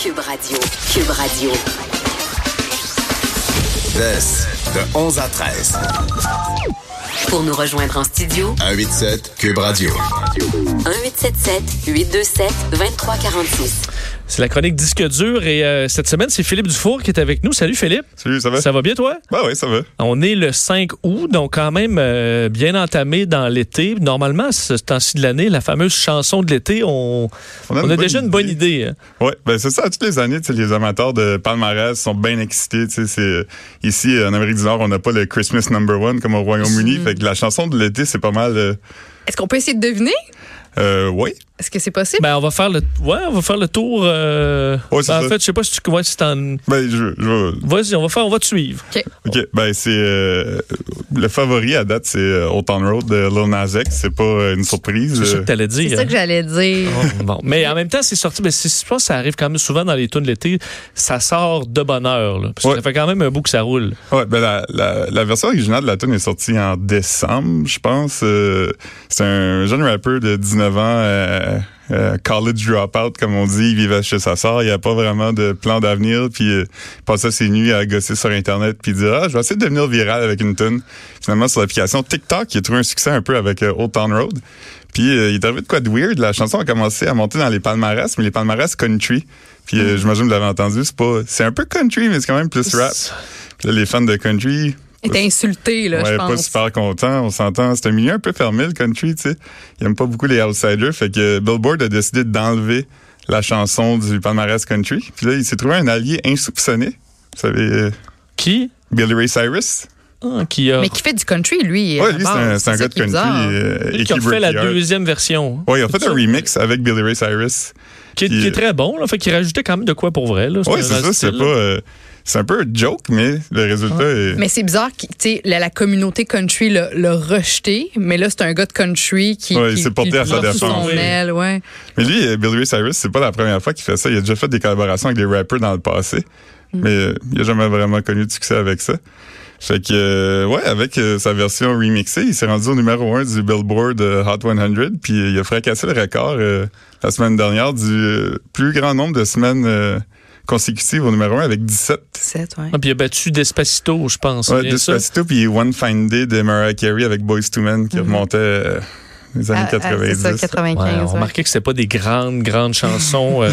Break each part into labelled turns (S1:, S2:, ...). S1: Cube Radio, Cube Radio.
S2: This, de 11 à 13.
S1: Pour nous rejoindre en studio,
S2: 187 Cube Radio.
S1: 1877 827 2346.
S3: C'est la chronique Disque dur et euh, cette semaine, c'est Philippe Dufour qui est avec nous. Salut Philippe.
S4: Salut, ça va?
S3: Ça va bien toi?
S4: Ben oui, ça va.
S3: On est le 5 août, donc quand même euh, bien entamé dans l'été. Normalement, à ce temps-ci de l'année, la fameuse chanson de l'été, on, on
S4: On
S3: a,
S4: a une bonne
S3: déjà une bonne idée. hein.
S4: Ouais, ben c'est ça. Toutes les années, tu sais, les amateurs de palmarès sont bien excités. tu sais, c'est- euh, Ici, en Amérique du Nord, on n'a pas le Christmas number one comme au Royaume-Uni.
S3: Mm.
S4: Fait que la chanson de l'été, c'est pas mal. Euh,
S5: Est-ce qu'on peut essayer de deviner?
S4: euh, oui.
S5: Est-ce que c'est possible?
S3: Ben, on va faire le, ouais, on va faire le tour. euh,
S4: Ouais, c'est
S3: ben, en
S4: ça.
S3: fait, je sais pas si tu, ouais, si t'en-
S4: Ben, je, je-
S3: Vas-y, on va faire, on va te suivre.
S4: OK. Ben, c'est. euh, le favori à date, c'est euh, Old Town Road de Lil Nas X. C'est pas euh, une surprise.
S3: C'est ça que t'allais dire. hein.
S5: c'est ça que j'allais dire.
S3: Bon, bon. Mais en même temps, c'est sorti. Mais c'est- je pense que ça arrive quand même souvent dans les tunes de l'été. Ça sort de bonne heure. là, parce que
S4: Ouais.
S3: ça fait quand même un bout que ça roule.
S4: Ouais, ben la, la, la version originale de la tune est sortie en décembre, je pense. Euh, c'est un jeune rappeur de 19 ans, euh, euh, college dropout, comme on dit. Il vivait chez sa sœur. Il n'y a pas vraiment de plan d'avenir. Puis euh, il passait ses nuits à gosser sur Internet. Puis il dit, ah, je vais essayer de devenir viral avec une tune. Finalement, sur l'application TikTok, il a trouvé un succès un peu avec euh, Old Town Road. Puis euh, il est arrivé de quoi de weird. La chanson a commencé à monter dans les palmarès, mais les palmarès country. Puis euh, j'imagine que vous l'avez entendu, c'est pas, c'est un peu country, mais c'est quand même plus rap. Puis là, les fans de country,
S5: Elle était insultée, là, je
S4: ouais,
S5: pense.
S4: pas super contents, on s'entend. C'est un milieu un peu fermé, le country, tu sais. Ils aiment pas beaucoup les outsiders, fait que Billboard a décidé d'enlever la chanson du palmarès country. Puis là, il s'est trouvé un allié insoupçonné. Vous savez, euh,
S3: Qui?
S4: Billy Ray Cyrus.
S3: Ah, qui a,
S5: Mais qui fait du country, lui. à
S4: Ouais,
S5: la
S4: lui, c'est un,
S5: base.
S4: c'est un
S5: ça
S4: gars de
S5: qui
S4: country.
S5: est bizarre.
S4: euh, et
S3: hein. qui a
S4: qui
S3: fait
S4: break
S3: la
S4: the heart.
S3: deuxième version.
S4: Ouais, il a
S3: C'est
S4: fait
S3: ça?
S4: un remix avec Billy Ray Cyrus.
S3: Qui, est- qui est très bon, là. Fait qu'il rajoutait quand même de quoi pour vrai, là.
S4: Ouais,
S3: un
S4: c'est ça,
S3: style,
S4: c'est
S3: là.
S4: pas. euh, c'est un peu un joke, mais le résultat est.
S5: Mais c'est bizarre, que, tu sais, la, la communauté country l'a, l'a rejeté, mais là, c'est un gars de country qui.
S4: Ouais,
S5: qui-
S4: il s'est porté
S5: qui
S4: à sa
S5: lance sous
S4: défense.
S5: son aile, ouais.
S4: Mais lui, euh, Billy Ray Cyrus, c'est pas la première fois qu'il fait ça. Il a déjà fait des collaborations avec des rappers dans le passé,
S5: Mm.
S4: mais euh, il a jamais vraiment connu de succès avec ça. Fait que, euh, ouais, avec euh, sa version remixée, il s'est rendu au numéro 1 du Billboard euh, Hot 100, puis euh, il a fracassé le record euh, la semaine dernière du euh, plus grand nombre de semaines euh, consécutives au numéro 1 avec 17.
S5: Sept, ouais.
S3: Ah, puis il a battu Despacito, je pense. c'est
S4: Ouais,
S3: bien ça?
S4: Despacito, puis One Fine Day de Mariah Carey avec Boys to Men qui remontait euh, les années
S5: Mm-hmm. Ah, ah, c'est
S4: 90.
S5: ça,
S3: Ouais,
S5: 95.
S3: on
S5: ouais.
S3: remarquait que c'était pas des grandes, grandes chansons euh,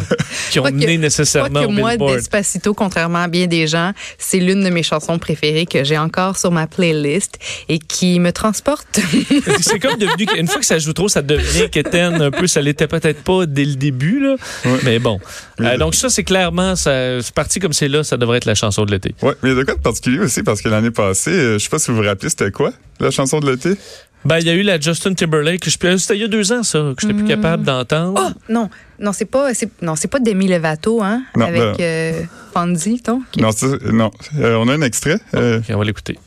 S3: qui ont
S5: Pas que-
S3: mené
S5: Pas
S3: nécessairement
S5: que
S3: au
S5: moi,
S3: Billboard.
S5: Despacito, contrairement à bien des gens, c'est l'une de mes chansons préférées que j'ai encore sur ma playlist et qui me transporte.
S3: C'est comme devenu. Une fois que ça joue trop, ça devient quétaine un peu. Ça l'était peut-être pas dès le début, là. Mais bon. Euh, donc, ça, c'est clairement. ça- C'est parti comme c'est là, ça devrait être la chanson de l'été.
S4: Ouais, mais il y a de quoi de particulier aussi parce que l'année passée, euh, je sais pas si vous vous rappelez, c'était quoi la chanson de l'été?
S3: Ben, il y a eu la Justin Timberlake. que je peux- C'était il y a deux ans, ça, que j'étais
S5: Mm.
S3: plus capable d'entendre.
S5: non, non, c'est pas, c'est, non, c'est pas Demi Levato, hein,
S4: Non,
S5: avec
S4: ben-
S5: euh, Fonzie, donc.
S4: Non, ça, non. Euh, on a un extrait. Euh,
S3: Ok, on va l'écouter.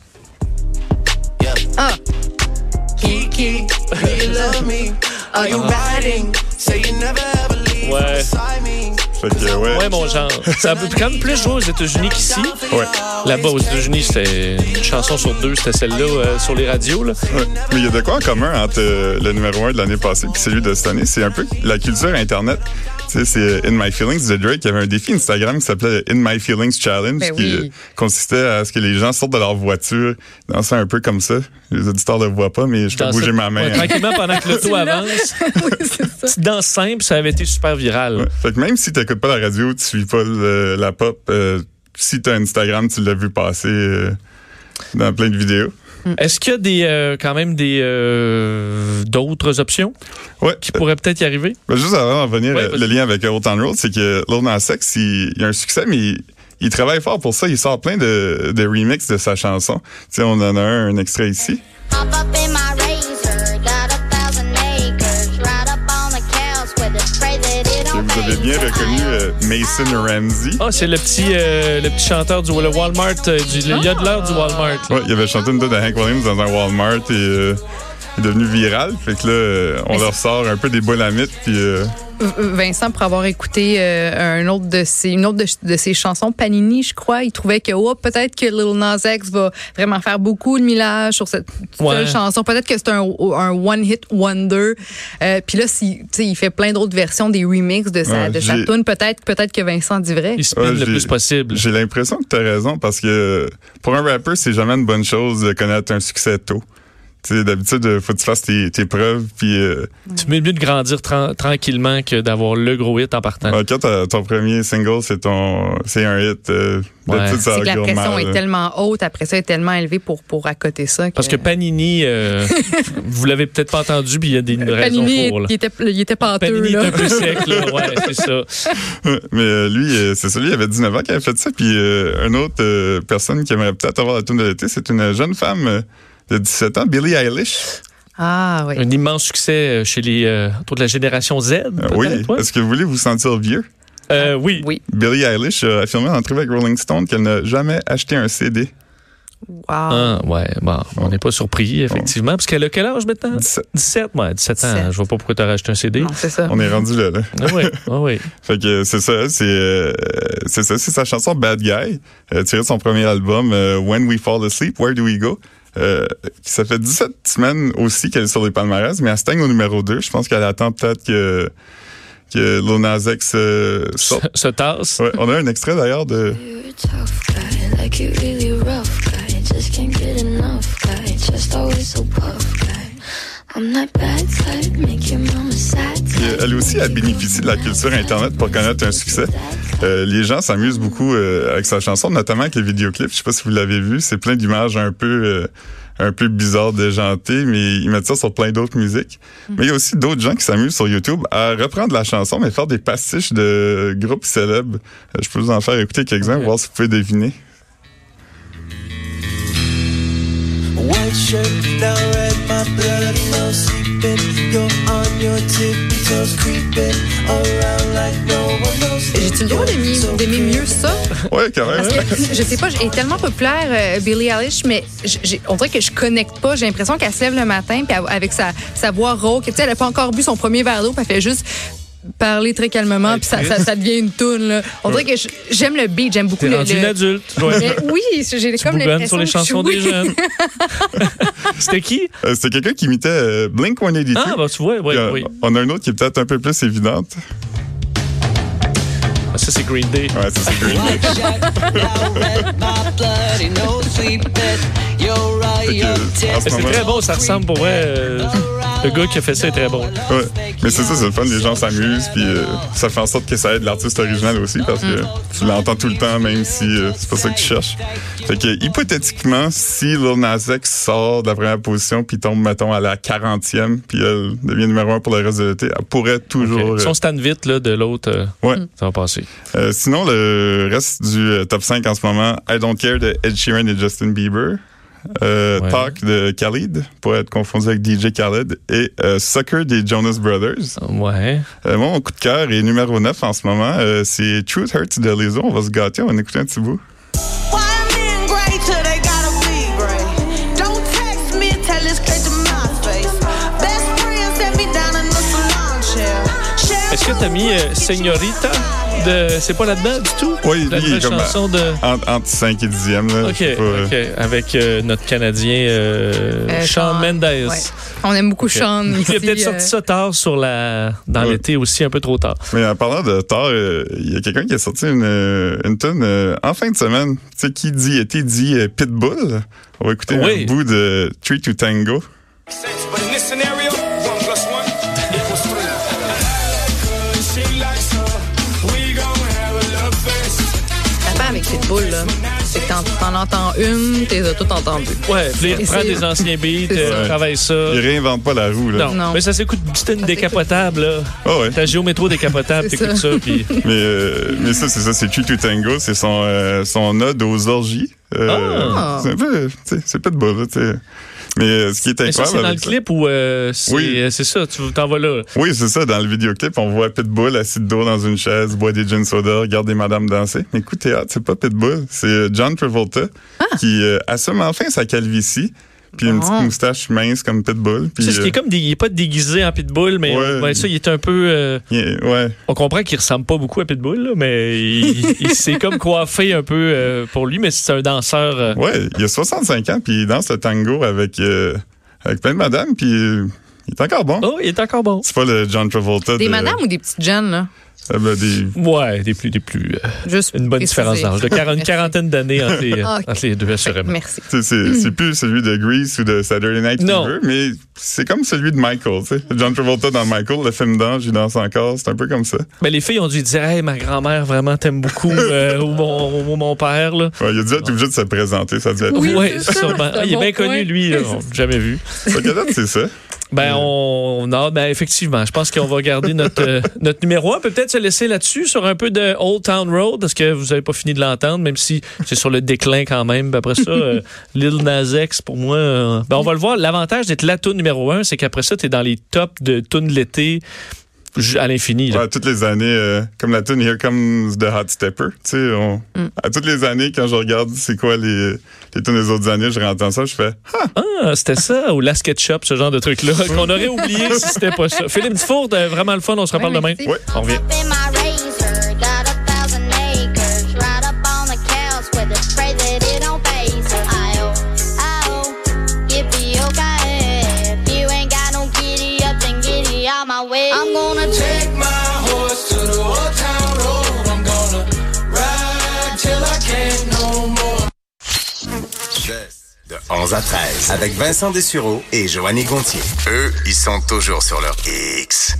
S6: Kiki, do you love me? Are you
S3: Uh-huh.
S6: riding? Say you never ever leave
S3: Ouais.
S6: beside me.
S4: fait que, ouais.
S3: Ouais, mon genre. Ça peut quand même plus jouer aux États-Unis qu'ici.
S4: Ouais.
S3: Là-bas, aux États-Unis, c'était une chanson sur deux, c'était celle-là euh, sur les radios. Là.
S4: Ouais. Mais il y a de quoi en commun entre euh, le numéro 1 de l'année passée et celui de cette année. C'est un peu la culture Internet. Tu sais, c'est euh, In My Feelings de Drake. Il y avait un défi Instagram qui s'appelait euh, In My Feelings Challenge
S5: Ben
S4: qui
S5: oui.
S4: euh, consistait à ce que les gens sortent de leur voiture, danser un peu comme ça. Les auditeurs ne le voient pas, mais je peux
S3: Dans
S4: bouger
S3: cette-
S4: ma main.
S3: Ouais, tranquillement, pendant que l'auto
S5: C'est là.
S3: avance.
S5: oui, c'est ça.
S3: Petite danse simple, ça avait été super viral.
S4: Ouais. Fait que même si t'écoutes pas la radio, tu suis pas le- la pop, euh, si t'as Instagram, tu l'as vu passer euh, dans plein de vidéos.
S3: Mm. Est-ce qu'il y a des, euh, quand même des euh, d'autres options
S4: Ouais.
S3: qui pourraient peut-être y arriver?
S4: Ben, juste avant d'en venir,
S3: Ouais,
S4: euh,
S3: vas-y.
S4: le lien avec Old Town Road, c'est que Lil Nas X, il, il a un succès, mais il, il travaille fort pour ça. Il sort plein de, de remixes de sa chanson. Tu sais, on en a un, un extrait ici.
S7: Hop up in my razor, got a thousand acres, right up on the couch with a spray that it
S4: Que
S7: don't
S4: vous avez bien
S7: phase
S4: reconnu
S7: us.
S4: euh, Mason Ramsey.
S3: Ah, c'est le petit euh, le petit chanteur du le Walmart, euh, du, le yodeler du Walmart. là.
S4: Ouais, il avait chanté une tune de Hank Williams dans un Walmart et euh, il est devenu viral. Fait que là, euh, on leur sort un peu des bolamites puis euh,
S5: V- Vincent pour avoir écouté euh, un autre de ses, une autre de, ch- de ses chansons, Panini, je crois. Il trouvait que oh, peut-être que Lil Nas X va vraiment faire beaucoup de millage sur cette
S3: Ouais.
S5: seule chanson. Peut-être que c'est un, un one-hit wonder. Euh, Puis là, si, tu sais, il fait plein d'autres versions des remixes de sa,
S4: Ouais,
S5: de sa
S4: j'ai-
S5: tune. Peut-être peut que Vincent dit vrai.
S3: Il spin
S4: Ouais,
S3: le
S4: j'ai-
S3: plus possible.
S4: J'ai l'impression que t'as raison parce que pour un rappeur, c'est jamais une bonne chose de connaître un succès tôt. Tu sais, d'habitude, euh, faut que tu fasses tes, tes preuves, puis euh,
S3: Tu mets mieux de grandir tran- tranquillement que d'avoir le gros hit en partant.
S4: ouais, quand t'as- ton premier single, c'est ton, c'est un hit, euh,
S3: Ouais.
S4: d'habitude, ça
S5: C'est que la
S4: gourmand,
S5: pression
S4: là.
S5: est tellement haute, après ça, est tellement élevée pour, pour accoter ça.
S3: Parce que Panini, euh, vous l'avez peut-être pas entendu, puis il y a des raisons
S5: Panini,
S3: pour. là.
S5: il était, il était pâteux.
S3: Panini est
S5: là.
S3: un peu sec, là. Ouais, c'est ça.
S4: Mais euh, lui, euh, c'est ça, lui, il avait 19 ans qui avait fait ça. Puis euh, une autre euh, personne qui aimerait peut-être avoir la tune de l'été, c'est une jeune femme euh, de 17 ans, Billie Eilish.
S5: Ah oui.
S3: Un immense succès euh, chez les. euh, autour de la génération Z.
S4: Euh,
S3: peut-être,
S4: oui.
S3: ouais.
S4: Est-ce que vous voulez vous sentir vieux?
S3: Euh, oui.
S5: Oui.
S4: Billie Eilish a affirmé en entrevue avec Rolling Stone qu'elle n'a jamais acheté un CD.
S5: Wow.
S3: Ah, ouais, bon, on n'est pas surpris, effectivement. Parce qu'elle a quel âge maintenant?
S4: 17.
S3: 17, ouais, 17 ans.
S5: 17.
S3: Je vois pas pourquoi t'as racheté un CD.
S5: Non, c'est ça.
S4: On est rendu là, là.
S3: Ah oui, ah oui.
S4: Fait que euh, c'est ça, c'est euh, c'est ça, c'est sa chanson Bad Guy, euh, tirée de son premier album euh, When We Fall Asleep, Where Do We Go. Euh, ça fait 17 semaines aussi qu'elle est sur les palmarès, mais elle stagne au numéro 2. Je pense qu'elle attend peut-être que que Lil Nas X euh,
S3: Se,
S4: sorte.
S3: se tasse.
S4: Ouais, on a un extrait d'ailleurs de
S8: You're a tough guy, like you really rough guy. Just can't get enough guy, just always so puff guy. I'm that bad type, make your mama sad
S4: Puis, euh,
S8: type.
S4: elle aussi, elle bénéficie de la culture Internet pour connaître un succès. Euh, les gens s'amusent beaucoup euh, avec sa chanson, notamment avec les vidéoclips. Je sais pas si vous l'avez vu, c'est plein d'images un peu euh, un peu bizarres, déjantées, mais ils mettent ça sur plein d'autres musiques.
S3: Mm.
S4: Mais il y a aussi d'autres gens qui s'amusent sur YouTube à reprendre la chanson, mais faire des pastiches de groupes célèbres. Euh, je peux vous en faire écouter quelques-uns, voir si vous pouvez deviner.
S6: White shirt, now red, my blood no sleeping. You're on your tiptoes, creeping around like no one knows.
S5: J'ai-tu le droit d'aimer d'aimer mieux ça?
S4: Ouais, quand même.
S5: Parce que, je sais pas, elle est tellement populaire, euh, Billie Eilish, mais j- j'ai- on dirait que je connecte pas. J'ai l'impression qu'elle se lève le matin, puis elle- avec sa, sa voix rauque, tu sais, elle a pas encore bu son premier verre d'eau, puis elle fait juste parler très calmement, puis ça, ça, ça devient une toune. là. On dirait que je- j'aime le beat, j'aime beaucoup
S3: T'es
S5: le...
S3: rendu
S5: le-
S3: une adulte. Ouais.
S5: Mais oui, j'ai
S3: Tu
S5: comme
S3: bougonnes
S5: l'impression
S3: sur les
S5: que je suis-
S3: chansons des jeunes. C'était qui?
S4: Euh, C'était quelqu'un qui imitait euh, Blink 182.
S3: Ah, bah, tu vois, oui,
S4: Puis, euh,
S3: oui.
S4: On a un autre qui est peut-être un peu plus évidente.
S3: Ah, Ça, c'est Green Day.
S4: Ouais, ça c'est cool.
S6: White shirt, now red, my blood no sleeping. You're right,
S4: Fait que,
S6: your
S4: en ce
S3: C'est
S4: moment-
S3: très bon, ça ressemble pour vrai. euh, le gars qui a fait ça est très bon.
S4: Ouais. Mais c'est ça, c'est le fun, les gens s'amusent, puis euh, ça fait en sorte que ça aide l'artiste original aussi, parce que tu l'entends tout le temps, même si euh, c'est pas ça que tu cherches. Fait que, hypothétiquement, si Lil Nas X sort de la première position, puis tombe, mettons, à la 40e, puis elle devient numéro un pour le reste de l'été, elle pourrait toujours...
S3: Ok. Si
S4: euh,
S3: on stand vite là, de l'autre, euh,
S4: Ouais.
S3: ça va passer.
S4: Euh, sinon, le reste du euh, top 5 en ce moment, I Don't Care de Ed Sheeran et Justin Bieber. Euh,
S3: Ouais.
S4: Talk de Khalid, pour être confondu avec DJ Khaled, et euh, Sucker des Jonas Brothers.
S3: Ouais.
S4: Euh, moi, mon coup de cœur est numéro 9 en ce moment. Euh, c'est Truth Hurts de Lézo. On va se gâter, on va en écouter un petit bout.
S9: Why men gray till they gotta be gray? Don't text me, tell it straight to my face. Best friend set me down in the salon chair. Share
S3: Est-ce que t'as mis euh, Señorita de. C'est pas là-dedans du tout?
S4: Oui,
S3: La
S4: lui, il
S3: nouvelle
S4: est comme euh,
S3: chanson de.
S4: Entre, 5 et 10e. Là, Je
S3: Ok,
S4: sais pas, euh,
S3: ok. Avec euh, notre Canadien euh,
S5: Euh,
S3: Sean Mendes.
S5: Ouais. On aime beaucoup
S3: Ok.
S5: Sean ici.
S3: Il a peut-être
S5: euh,
S3: sorti ça tard sur la... dans
S4: Ouais.
S3: l'été aussi, un peu trop tard.
S4: Mais en parlant de tard, euh, il y a quelqu'un qui a sorti une, euh, une tune euh, en fin de semaine. Tu sais, qui dit été dit euh, Pitbull. On va écouter
S3: Oui.
S4: un bout de Tree to Tango.
S6: But in this scenario, one plus one equals three. She likes her. We gon' have a love fest.
S5: L'affaire avec cette boule, là, c'est que t'en- t'en entends une, t'es as toutes entendues.
S3: Ouais, puis il
S5: Et
S3: reprend
S5: c'est-
S3: des anciens beats, euh,
S4: ça.
S3: travaille ça.
S4: Il réinvente pas la roue, là.
S3: Non.
S5: Non.
S3: mais ça s'écoute. C'était une décapotable, là.
S4: Ah ouais.
S3: T'as géométro décapotable,
S5: C'est
S3: t'écoutes ça, puis.
S4: Mais, euh, mais ça, c'est ça, c'est Tree to Tango. C'est son, euh, son ode aux orgies. Euh,
S5: Ah.
S4: C'est un peu, tu sais, c'est Pitbull, là, tu sais. Mais euh, ce qui est
S3: Mais ça,
S4: incroyable.
S3: c'est dans le
S4: avec ça-
S3: clip ou euh, c'est
S4: Oui.
S3: euh, c'est ça, tu t'en vas là.
S4: Oui, c'est ça. Dans le vidéoclip, on voit Pitbull assis de dos dans une chaise, boit des gin soda, regarde des madames danser. Mais
S3: Ah.
S4: écoute, Théâtre, c'est pas Pitbull, c'est euh, John Travolta qui euh, assume enfin sa calvitie. puis une petite moustache mince comme Pitbull. Puis, euh,
S3: C'est ce qui est comme dé- il est pas déguisé en pitbull, mais
S4: Ouais.
S3: euh, ben, ça, il est un peu. euh,
S4: euh, il- ouais.
S3: on comprend qu'il ressemble pas beaucoup à pitbull, là, mais il, il s'est comme coiffé un peu euh, pour lui, mais c'est un danseur. euh,
S4: Ouais, il a 65 ans, puis il danse le tango avec, euh, avec plein de madames, puis euh, il est encore bon.
S3: Oh, il est encore bon.
S4: C'est pas le John Travolta.
S3: Euh,
S5: Des
S4: de-
S5: madames ou des petites jeunes, là?
S4: Ah, ben, des-
S3: Ouais, des plus, des plus. euh,
S5: Juste
S3: une bonne
S5: préciser.
S3: différence d'âge, de quarante- une quarantaine d'années entre, les- euh,
S5: Ah, ok.
S3: entre les deux,
S5: Fait que
S3: assurément.
S5: Merci.
S4: c'est- C'est c'est plus celui de Grease ou de Saturday Night
S3: Non.
S4: Fever, mais c'est comme celui de Michael. tu sais. John Travolta dans Michael, le film danse, il danse encore, c'est un peu comme ça.
S3: Mais les filles ont dû dire Hey, ma grand-mère vraiment t'aime beaucoup, euh, ou, mon, ou mon père. Là.
S4: Ouais, il a dû être obligé de se présenter, ça devait être.
S5: Oui,
S3: Ouais,
S5: c'est ça,
S3: sûrement.
S5: c'est un
S3: Ah, il est
S5: bon
S3: bien
S5: point.
S3: connu, lui. là. On l'a jamais vu.
S4: Fait que là, c'est ça.
S3: Ben, on, on a, ben, effectivement, je pense qu'on va garder notre, euh, notre numéro. On peut peut-être se laisser là-dessus sur un peu de Old Town Road, parce que vous n'avez pas fini de l'entendre, même si c'est sur le déclin quand même. Ben, après ça, euh, Lil Nas X, pour moi, euh, ben, on va le voir. L'avantage d'être la toune numéro un, c'est qu'après ça, tu es dans les tops de tunes de l'été ju- à l'infini. là.
S4: Ouais, toutes les années, euh, comme la tune Here Comes the Hot Stepper. Tu sais, on-
S5: Mm.
S4: à toutes les années, quand je regarde c'est quoi les, les tunes des autres années, je réentends ça, je fais Ah,
S3: Ah, c'était ça, ou la SketchUp, ce genre de truc-là, qu'on aurait oublié si c'était pas ça. Philippe Dufour, t'as vraiment le fun, on se reparle
S5: Ouais,
S3: demain.
S5: merci.
S4: ouais.
S3: On revient.
S7: Up in my razor, got a thousand acres, right up on the cows with a spray that it don't phase her. I-O, I-O, get the okay. If you ain't got no giddy up, then giddy out my way. I'm gonna
S6: Take my horse to the old town road. I'm gonna ride till I can't no more.
S2: De 11 à 13, avec Vincent Dessureau et Joanny Gontier. Eux, ils sont toujours sur leur X.